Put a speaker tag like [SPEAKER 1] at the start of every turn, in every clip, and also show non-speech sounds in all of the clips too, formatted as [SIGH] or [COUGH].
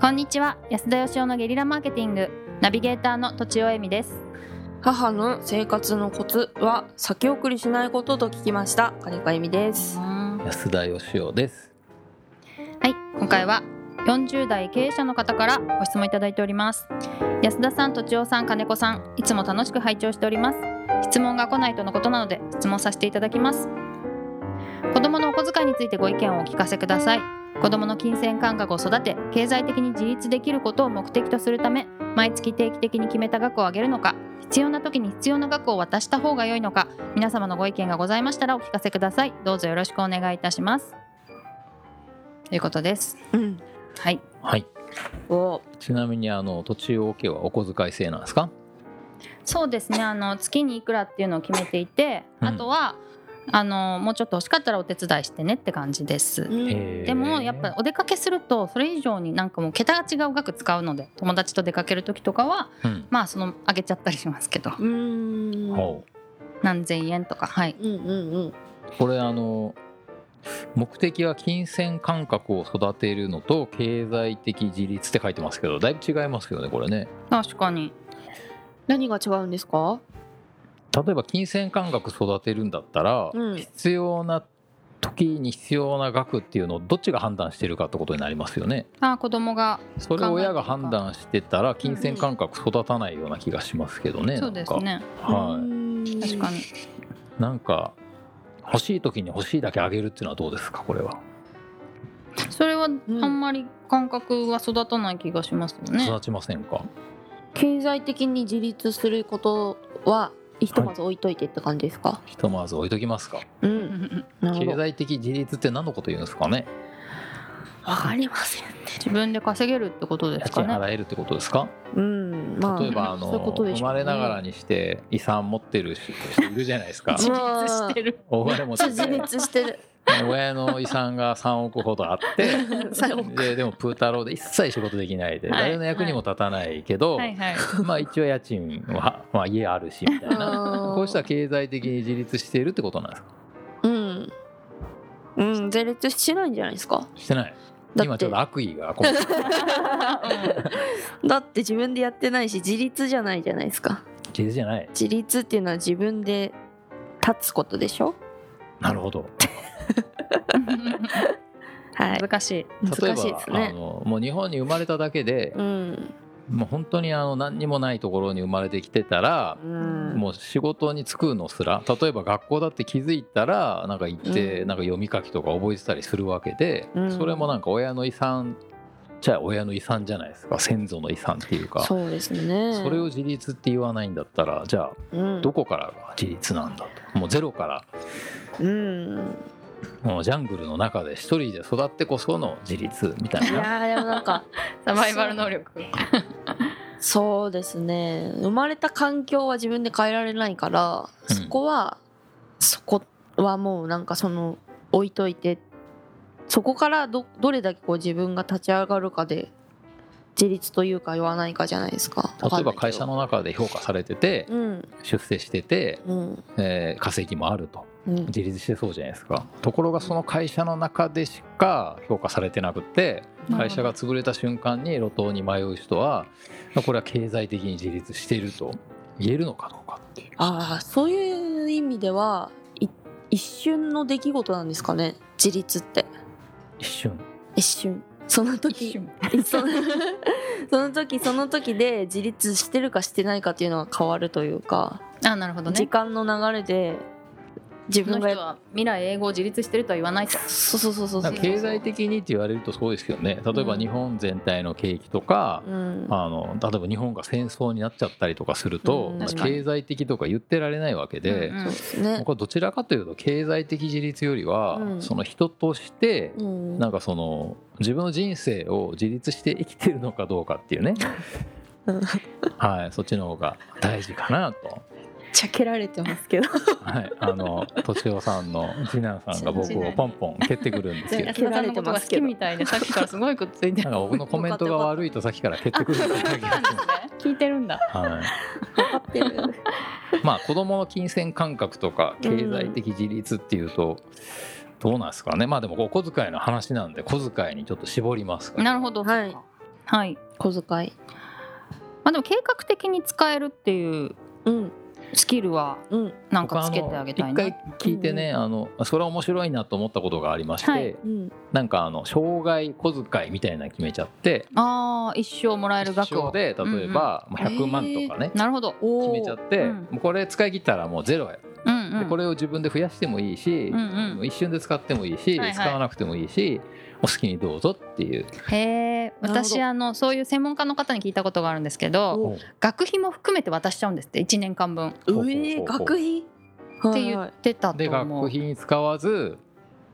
[SPEAKER 1] こんにちは安田義生のゲリラマーケティングナビゲーターの土地尾恵美です
[SPEAKER 2] 母の生活のコツは先送りしないことと聞きました金子由美です
[SPEAKER 1] は
[SPEAKER 3] 安田義雄です。
[SPEAKER 1] い今回は40代経営者の方からご質問いただいております安田さん土地尾さん金子さんいつも楽しく拝聴しております質問が来ないとのことなので質問させていただきます子供のお小遣いについてご意見をお聞かせください子供の金銭感覚を育て経済的に自立できることを目的とするため毎月定期的に決めた額を上げるのか必要な時に必要な額を渡した方が良いのか皆様のご意見がございましたらお聞かせくださいどうぞよろしくお願いいたしますということです
[SPEAKER 2] うん
[SPEAKER 1] はい
[SPEAKER 3] はい。
[SPEAKER 2] お
[SPEAKER 3] ちなみにあの土地を置けはお小遣い制なんですか？
[SPEAKER 1] そうですねあの月にいくらっていうのを決めていて、
[SPEAKER 3] うん
[SPEAKER 1] あとはあのもうちょっと欲しかったらお手伝いしてねって感じです、
[SPEAKER 3] へー
[SPEAKER 1] でもやっぱお出かけするとそれ以上になんかもう桁が違う額使うので友達と出かける時とかは
[SPEAKER 3] うん。
[SPEAKER 1] まあその上げちゃったりしますけど
[SPEAKER 2] うんうん
[SPEAKER 3] ほう
[SPEAKER 1] 何千円とかはい
[SPEAKER 2] うんうん
[SPEAKER 3] これあの目的は金銭感覚を育てるのと経済的自立って書いてますけど、だいぶ違いますけどねこれね。
[SPEAKER 1] 確かに
[SPEAKER 2] 何が違うんですか
[SPEAKER 3] 例えば金銭感覚育てるんだったら、
[SPEAKER 2] うん
[SPEAKER 3] 必要な時に必要な額っていうのをどっちが判断してるかってことになりますよね。
[SPEAKER 1] あ子供が
[SPEAKER 3] それを親が判断してたら金銭感覚育たないような気がしますけどね。
[SPEAKER 1] そうですね
[SPEAKER 3] なんか。はい。
[SPEAKER 2] い
[SPEAKER 1] 確かに
[SPEAKER 3] なんか欲しい時に欲しいだけあげるっていうのはどうですかこれは、
[SPEAKER 1] それは
[SPEAKER 2] ん
[SPEAKER 1] あんまり感覚は育たない気がしますよね、
[SPEAKER 3] 育ちませんか
[SPEAKER 2] 経済的に自立することはひとまず置いといてって感じですか、
[SPEAKER 3] ひとまず置いときますか
[SPEAKER 2] う
[SPEAKER 1] うんんうん
[SPEAKER 2] なるほ
[SPEAKER 3] 経
[SPEAKER 2] ど
[SPEAKER 3] 済的自立って何のこと言うんですかね
[SPEAKER 2] わかりませんね
[SPEAKER 1] 自分で稼げるってことで
[SPEAKER 3] 家
[SPEAKER 1] す
[SPEAKER 3] 賃
[SPEAKER 1] かね
[SPEAKER 3] 払えるってことですか
[SPEAKER 2] うんまあ
[SPEAKER 3] 例えばあ
[SPEAKER 2] そういう
[SPEAKER 3] の
[SPEAKER 2] ことで
[SPEAKER 3] 生
[SPEAKER 2] しょう
[SPEAKER 3] ま
[SPEAKER 2] ね
[SPEAKER 3] れながらにして遺産持ってる人いるじゃな
[SPEAKER 2] [LAUGHS]
[SPEAKER 3] いですか
[SPEAKER 1] 自立してる
[SPEAKER 3] 大金持
[SPEAKER 2] そう
[SPEAKER 3] ち
[SPEAKER 2] 自 [LAUGHS]
[SPEAKER 3] で
[SPEAKER 2] 立して
[SPEAKER 3] [LAUGHS]
[SPEAKER 2] る
[SPEAKER 3] 親の遺産が3億ほど
[SPEAKER 2] [LAUGHS]
[SPEAKER 3] あって
[SPEAKER 2] 最後
[SPEAKER 3] ででもプータローで一切仕事できないで
[SPEAKER 1] はい
[SPEAKER 3] 誰の役にも立たないけど、
[SPEAKER 1] はい
[SPEAKER 3] [LAUGHS]
[SPEAKER 1] はい
[SPEAKER 3] まあ一応家賃は、まあ、家あるしみた
[SPEAKER 2] [LAUGHS]
[SPEAKER 3] いなこうしたら経済的に自立しているってことなんですか
[SPEAKER 2] うんうん自立してないんじゃないですか
[SPEAKER 3] してない
[SPEAKER 2] だ
[SPEAKER 3] 今
[SPEAKER 2] っ
[SPEAKER 3] ちょ
[SPEAKER 2] て
[SPEAKER 3] っと悪意
[SPEAKER 2] [LAUGHS]
[SPEAKER 3] がこう
[SPEAKER 2] だって自分でやってないし自立じゃないじゃないですか
[SPEAKER 3] 自立じゃない
[SPEAKER 2] 自立っていうのは自分で立つことでしょ
[SPEAKER 3] なるほど
[SPEAKER 2] はい
[SPEAKER 1] 難しい
[SPEAKER 3] 例え
[SPEAKER 2] 難
[SPEAKER 3] ば、
[SPEAKER 2] しいです
[SPEAKER 3] あ
[SPEAKER 2] ね
[SPEAKER 3] のもう日本に生まれただけで
[SPEAKER 2] う、ん
[SPEAKER 3] もう本当にあの何にもないところに生まれてきてたら
[SPEAKER 2] う、ん
[SPEAKER 3] もう仕事に就くのすら例えば学校だって気づいたらなんか行って、
[SPEAKER 2] うん
[SPEAKER 3] なんか読み書きとか覚えてたりするわけで、
[SPEAKER 2] うん
[SPEAKER 3] それもなんか親の遺産じゃあ親の遺産じゃないですか先祖の遺産っていうか。
[SPEAKER 2] そうですね
[SPEAKER 3] それを自立って言わないんだったらじゃあ
[SPEAKER 2] うん
[SPEAKER 3] どこからが自立なんだともうゼロから
[SPEAKER 2] うん
[SPEAKER 3] もうジャングルの中で一人で育ってこその自立みたい
[SPEAKER 2] い
[SPEAKER 3] な。
[SPEAKER 2] やーでもなんか
[SPEAKER 1] サバイバル能力
[SPEAKER 2] そうですね生まれた環境は自分で変えられないから、
[SPEAKER 3] うん
[SPEAKER 2] そこはそこはもうなんかその置いといてそこからどどれだけこう自分が立ち上がるかで自立というか言わないかじゃないですか
[SPEAKER 3] 例えば会社
[SPEAKER 2] の
[SPEAKER 3] の中で評価されてて
[SPEAKER 2] うん
[SPEAKER 3] 出世してて、
[SPEAKER 2] うん
[SPEAKER 3] えー稼ぎもあると
[SPEAKER 2] うん
[SPEAKER 3] 自立してそうじゃないですかところがその会社の中でしか評価されてなくて
[SPEAKER 1] うん
[SPEAKER 3] 会社が潰れた瞬間に路頭に迷う人はこれは経済的に自立していると言えるのかどうかっていう
[SPEAKER 2] ああそういう意味ではい一瞬の出来事なんですかね自立って
[SPEAKER 3] 一瞬
[SPEAKER 2] 一瞬その時そのその時その時で自立してるかしてないかっていうのは変わるというか、
[SPEAKER 1] あなるほど
[SPEAKER 2] 時
[SPEAKER 1] ね
[SPEAKER 2] 間の流れで自
[SPEAKER 1] この
[SPEAKER 2] 分が
[SPEAKER 1] 人は未来英語を自立してるとは言わないと
[SPEAKER 2] そうそうそうそう
[SPEAKER 3] な
[SPEAKER 2] そ
[SPEAKER 3] ん
[SPEAKER 2] う
[SPEAKER 3] か経済的にって言われるとそうですけどね例えば
[SPEAKER 2] うん
[SPEAKER 3] 日本全体の景気とか
[SPEAKER 2] うん
[SPEAKER 3] あの例えば日本が戦争になっちゃったりとかすると
[SPEAKER 2] うん
[SPEAKER 3] まあ
[SPEAKER 1] 確かに
[SPEAKER 3] 経済的とか言ってられないわけで
[SPEAKER 1] うん
[SPEAKER 2] そうですね
[SPEAKER 3] 僕はどちらかというと経済的自立よりは、
[SPEAKER 2] うん
[SPEAKER 3] その人として
[SPEAKER 2] うん
[SPEAKER 3] なんかその自分の人生を自立して生きてるのかどうかっていうね
[SPEAKER 2] うん
[SPEAKER 3] はいそっちの方が大事かなと、
[SPEAKER 2] ちゃけられてますけど
[SPEAKER 3] はい、あの栃尾さんの次男さんが僕をポンポン蹴ってくるんですけど
[SPEAKER 1] 安田さんのことが好きみたいでさっきからすごいくっついて
[SPEAKER 3] なん
[SPEAKER 1] る
[SPEAKER 3] か僕のコメントが悪いとさっきから蹴ってくる
[SPEAKER 2] [LAUGHS]
[SPEAKER 3] んですけど
[SPEAKER 1] 聞いてるんだ
[SPEAKER 3] はい
[SPEAKER 2] 分かってる
[SPEAKER 3] まあ子どもの金銭感覚とか経済的自立っていうとどうなんですかねまあでもお小遣いの話なんで小遣いにちょっと絞りますが
[SPEAKER 1] なるほど
[SPEAKER 2] はい
[SPEAKER 1] はい
[SPEAKER 2] [LAUGHS] 小遣い
[SPEAKER 1] まあ、でも計画的に使えるっていう
[SPEAKER 2] うん
[SPEAKER 1] スキルは
[SPEAKER 2] うん
[SPEAKER 1] なんかつけてあげたいな
[SPEAKER 3] 僕あの一回聞いてね、あのそれは面白いなと思ったことがありまして、
[SPEAKER 1] はい
[SPEAKER 2] うん
[SPEAKER 3] なんかあの障害小遣いみたいなの決めちゃって
[SPEAKER 1] ああ一生もらえる額
[SPEAKER 3] 一
[SPEAKER 1] を
[SPEAKER 3] 生で例えば、まあ100万とかね、
[SPEAKER 1] なるほど
[SPEAKER 2] お
[SPEAKER 3] 決
[SPEAKER 2] ー
[SPEAKER 3] めちゃって、
[SPEAKER 1] うん
[SPEAKER 3] もうこれ使い切ったらもうゼロや、
[SPEAKER 1] うんう
[SPEAKER 3] で
[SPEAKER 1] ん
[SPEAKER 3] これを自分で増やしてもいいし、
[SPEAKER 1] うんうん
[SPEAKER 3] もう一瞬で使ってもいいし、
[SPEAKER 1] はいはい
[SPEAKER 3] 使わなくてもいいしお好きにどうぞっていう
[SPEAKER 1] へえ
[SPEAKER 2] なるほど
[SPEAKER 1] 私あのそういう専門家の方に聞いたことがあるんですけど
[SPEAKER 2] お
[SPEAKER 1] 学費も含めて渡しちゃうんですって1年間分っ
[SPEAKER 3] ほうほうほう
[SPEAKER 2] うえ学費って
[SPEAKER 1] 言ってた
[SPEAKER 3] で
[SPEAKER 1] と
[SPEAKER 3] 学
[SPEAKER 1] 思う
[SPEAKER 3] 費に使わず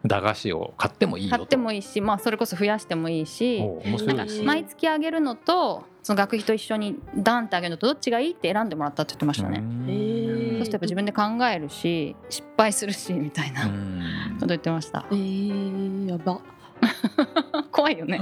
[SPEAKER 3] 駄菓子を買ってもいいよと
[SPEAKER 1] 買ってもいいしまあそれこそ増やしてもいいし
[SPEAKER 3] お面
[SPEAKER 1] なん
[SPEAKER 3] 白
[SPEAKER 1] か
[SPEAKER 3] いし
[SPEAKER 1] 毎月あげるのとその学費と一緒にダンってあげるのとどっちがいいって選んでもらったって言ってましたね、
[SPEAKER 3] うん
[SPEAKER 2] へー
[SPEAKER 1] そしてやっぱ自分で考えるし失敗するしみたいな [LAUGHS]
[SPEAKER 3] う
[SPEAKER 1] こと
[SPEAKER 3] ん
[SPEAKER 1] 言ってました
[SPEAKER 2] えー、や [LAUGHS] ば
[SPEAKER 1] 怖いよね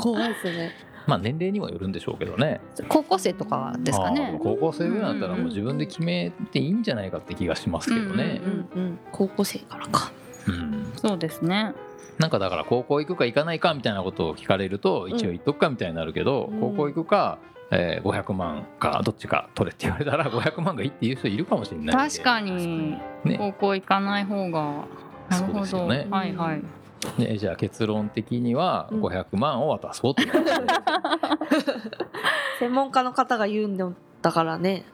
[SPEAKER 2] 怖いですね
[SPEAKER 3] まあ年齢にもよるんでしょうけどね
[SPEAKER 1] 高校生とかですか
[SPEAKER 3] あー
[SPEAKER 1] ね
[SPEAKER 3] 高校生ぐらいだったらもう自分で決めていいんじゃないかって気がしますけどね
[SPEAKER 2] う、んうん高校生からか
[SPEAKER 3] うん
[SPEAKER 1] そうですね
[SPEAKER 3] なんかだから高校行くか行かないかみたいなことを聞かれると一応言っとくかみたいになるけど、
[SPEAKER 2] うん
[SPEAKER 3] 高校行くか、えー500万かどっちか取れって言われたら500万 [LAUGHS] がいいっていう人いるかもしれないんで
[SPEAKER 1] 確かに
[SPEAKER 3] ね
[SPEAKER 1] 高校行かない方がなる
[SPEAKER 3] そう
[SPEAKER 1] ほ
[SPEAKER 3] ですよ
[SPEAKER 1] ど、
[SPEAKER 3] ね
[SPEAKER 1] はいはい
[SPEAKER 3] ねじゃあ結論的には
[SPEAKER 2] うん
[SPEAKER 3] 500万を渡そうって言われて
[SPEAKER 2] 専門家の方が言うんだからね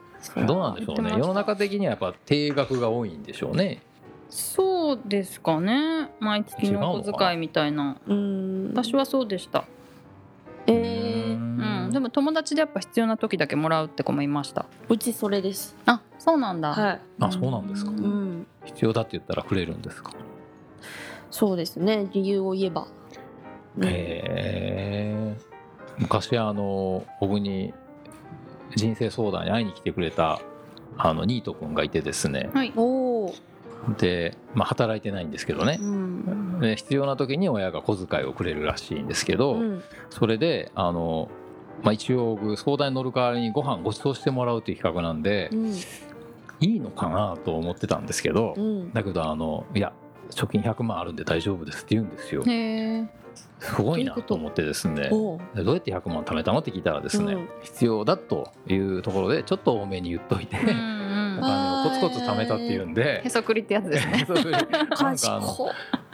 [SPEAKER 3] どうなんでしょ
[SPEAKER 1] 言っ
[SPEAKER 3] う
[SPEAKER 1] てま
[SPEAKER 3] ね
[SPEAKER 1] した
[SPEAKER 3] 世の中的にはやっぱ定額が多いんでしょうね
[SPEAKER 1] そうですかね毎月のお小遣いみたいな
[SPEAKER 2] うん
[SPEAKER 1] 私
[SPEAKER 2] は
[SPEAKER 1] はそうでした
[SPEAKER 2] え
[SPEAKER 3] う
[SPEAKER 2] ー、
[SPEAKER 1] うん、
[SPEAKER 3] ん
[SPEAKER 1] でも友達でやっぱ必要な時だけもらうって子もいました
[SPEAKER 2] うちそれです
[SPEAKER 1] あそうなんだ、
[SPEAKER 2] はい
[SPEAKER 3] あそうなんですか
[SPEAKER 2] うん
[SPEAKER 3] 必要だって言ったらくれるんですか
[SPEAKER 2] そうですね理由を言えば、ね
[SPEAKER 3] へえ昔あの僕に人生相談に会いに来てくれたあのニート君がいてですね
[SPEAKER 1] はい
[SPEAKER 2] おお、
[SPEAKER 3] で、まあ、働いてないんですけどね
[SPEAKER 2] う、ん
[SPEAKER 3] で必要な時に親が小遣いをくれるらしいんですけど、
[SPEAKER 2] うん、
[SPEAKER 3] それであの、まあ、一応僕相談に乗る代わりにご飯ご馳走してもらうという企画なんで、
[SPEAKER 2] うん
[SPEAKER 3] いいのかなと思ってたんですけど、
[SPEAKER 2] うん、
[SPEAKER 3] だけどあのいや貯金100万あるんで大丈夫ですって言うんですよ
[SPEAKER 1] へえ
[SPEAKER 3] すごいなと思ってですね
[SPEAKER 2] おう
[SPEAKER 3] でどうやって100万貯めたのって聞いたらですね、
[SPEAKER 2] うん
[SPEAKER 3] 必要だというところでちょっと多めに言っといて、 [LAUGHS]
[SPEAKER 1] うんう
[SPEAKER 3] お
[SPEAKER 1] ん
[SPEAKER 3] 金をコツコツ貯めたっていうんで
[SPEAKER 1] へ。そくりってやつですね
[SPEAKER 3] そういう [LAUGHS] なんかあの
[SPEAKER 2] 賢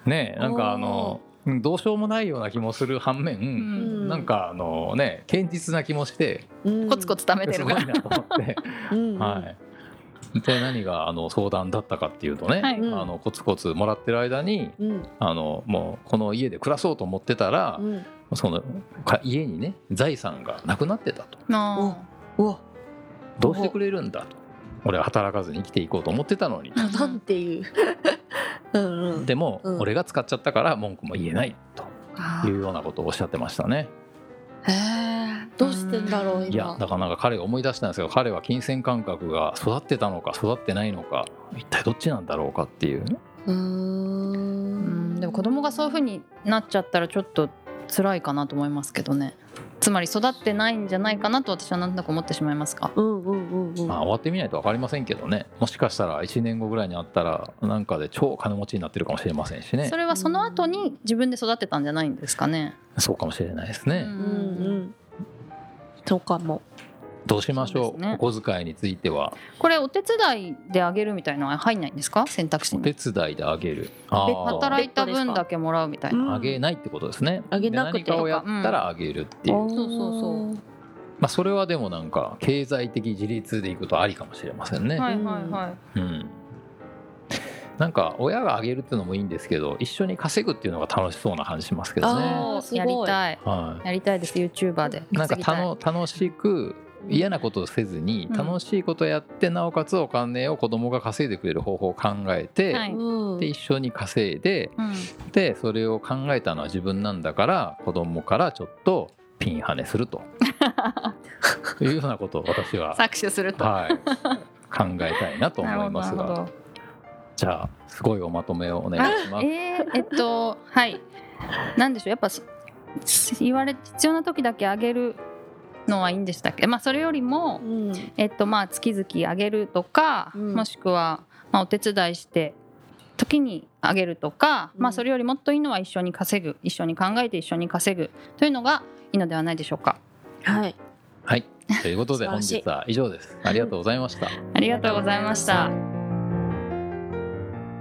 [SPEAKER 3] ねなんかあのうんどうしようもないような気もする反面、
[SPEAKER 1] うん
[SPEAKER 2] うん
[SPEAKER 3] なんかあのね堅実な気もして
[SPEAKER 2] い
[SPEAKER 1] コツコ
[SPEAKER 2] ツ、
[SPEAKER 1] ツ貯めて
[SPEAKER 3] す
[SPEAKER 1] る
[SPEAKER 3] ご
[SPEAKER 1] から
[SPEAKER 3] いなと思って、
[SPEAKER 2] うんうん
[SPEAKER 3] はい、で何があの相談だったかっていうとね、
[SPEAKER 1] はい
[SPEAKER 3] あのコツコツもらってる間に
[SPEAKER 2] うん
[SPEAKER 3] あのもうこの家で暮らそうと思ってたら
[SPEAKER 2] う、ん、
[SPEAKER 3] そのか家にね財産がなくなってたと
[SPEAKER 1] あ
[SPEAKER 2] うわ
[SPEAKER 3] どうしてくれるんだと俺は働かずに生きていこうと思ってたのに
[SPEAKER 1] ーう
[SPEAKER 2] [LAUGHS] なんていう [LAUGHS] うんうん
[SPEAKER 3] でも、
[SPEAKER 2] うん
[SPEAKER 3] 俺が使っちゃったから文句も言えないというようなことをおっしゃってましたね
[SPEAKER 2] へえどうしてんだろう
[SPEAKER 1] うん
[SPEAKER 3] いや
[SPEAKER 2] 今
[SPEAKER 3] だからなんか彼が思い出したんですけど彼は金銭感覚が育ってたのか育ってないのか一体どっちなんだろうかっていう
[SPEAKER 2] うー
[SPEAKER 1] うんんでも子供がそういう風になっちゃったらちょっと辛いかなと思いますけどねつまり育ってないんじゃないかなと私はなんとなく思ってしまいますか
[SPEAKER 2] うんうんうんうん
[SPEAKER 3] まあ終わってみないと分かりませんけどねもしかしたら1年後ぐらいにあったらなんかで超金持ちになってるかもしれませんしね
[SPEAKER 1] それはその後に自分で育てたんじゃないんですかね
[SPEAKER 3] そうかもしれないですね、
[SPEAKER 1] う
[SPEAKER 2] うんんうんそうかも
[SPEAKER 3] どうしましょ
[SPEAKER 1] そう
[SPEAKER 3] う
[SPEAKER 1] ですね
[SPEAKER 3] お小遣いについては
[SPEAKER 1] これお手伝いであげるみたいなのは入んないんですか選択肢
[SPEAKER 3] お手
[SPEAKER 1] に
[SPEAKER 3] 伝いであげるあー
[SPEAKER 1] 働いた分だけもらうみたいな
[SPEAKER 2] うん
[SPEAKER 3] あげないってことですね
[SPEAKER 2] あげなくて
[SPEAKER 3] で何かをやったらあげるっていう、
[SPEAKER 2] あー
[SPEAKER 1] そうそうそう
[SPEAKER 3] まあ、それはでもなんか経済的自立でいくとありかもしれませんね、
[SPEAKER 1] はい
[SPEAKER 2] い
[SPEAKER 1] はい
[SPEAKER 2] は
[SPEAKER 1] はい
[SPEAKER 3] うん、なんか親があげるっていうのもいいんですけど一緒に稼ぐっていうのが楽しそうな感じしますけどね、
[SPEAKER 2] あーすごい
[SPEAKER 1] やりたい
[SPEAKER 3] は
[SPEAKER 1] やりたいです YouTuber で
[SPEAKER 3] い、なんか
[SPEAKER 1] 稼ぎたい
[SPEAKER 3] 楽楽しく嫌なことをせずに
[SPEAKER 1] うん
[SPEAKER 3] 楽しいことやってなおかつお金を子供が稼いでくれる方法を考えて、
[SPEAKER 1] はいう
[SPEAKER 2] うん
[SPEAKER 3] で一緒に稼いで
[SPEAKER 1] うん
[SPEAKER 3] でそれを考えたのは自分なんだから子供からちょっとピンハネす
[SPEAKER 1] [LAUGHS]
[SPEAKER 3] るというようなことを私は、
[SPEAKER 1] 搾取すると
[SPEAKER 3] はい、考えたいなと思います
[SPEAKER 1] なるほどなる
[SPEAKER 3] が
[SPEAKER 1] ほ
[SPEAKER 3] じゃあすごいおまとめをお願いし
[SPEAKER 1] ど
[SPEAKER 3] ます。
[SPEAKER 1] えー、えっとはいなんでしょうやっぱそ言われ必要な時だけあげるのはいいんでしたっけまあそれよりも
[SPEAKER 2] うん
[SPEAKER 1] えっとまあ月々あげるとか、
[SPEAKER 2] うん
[SPEAKER 1] もしくはまあお手伝いして時に上げるとか、
[SPEAKER 2] うん
[SPEAKER 1] まあ、それよりもっといいのは一緒に稼ぐ一緒に考えて一緒に稼ぐというのがいいのではないでしょうか
[SPEAKER 2] はい
[SPEAKER 3] はいということ
[SPEAKER 2] 素晴
[SPEAKER 3] で本
[SPEAKER 2] らしい
[SPEAKER 3] 日は以上ですありがとうございました
[SPEAKER 1] ありがとうございました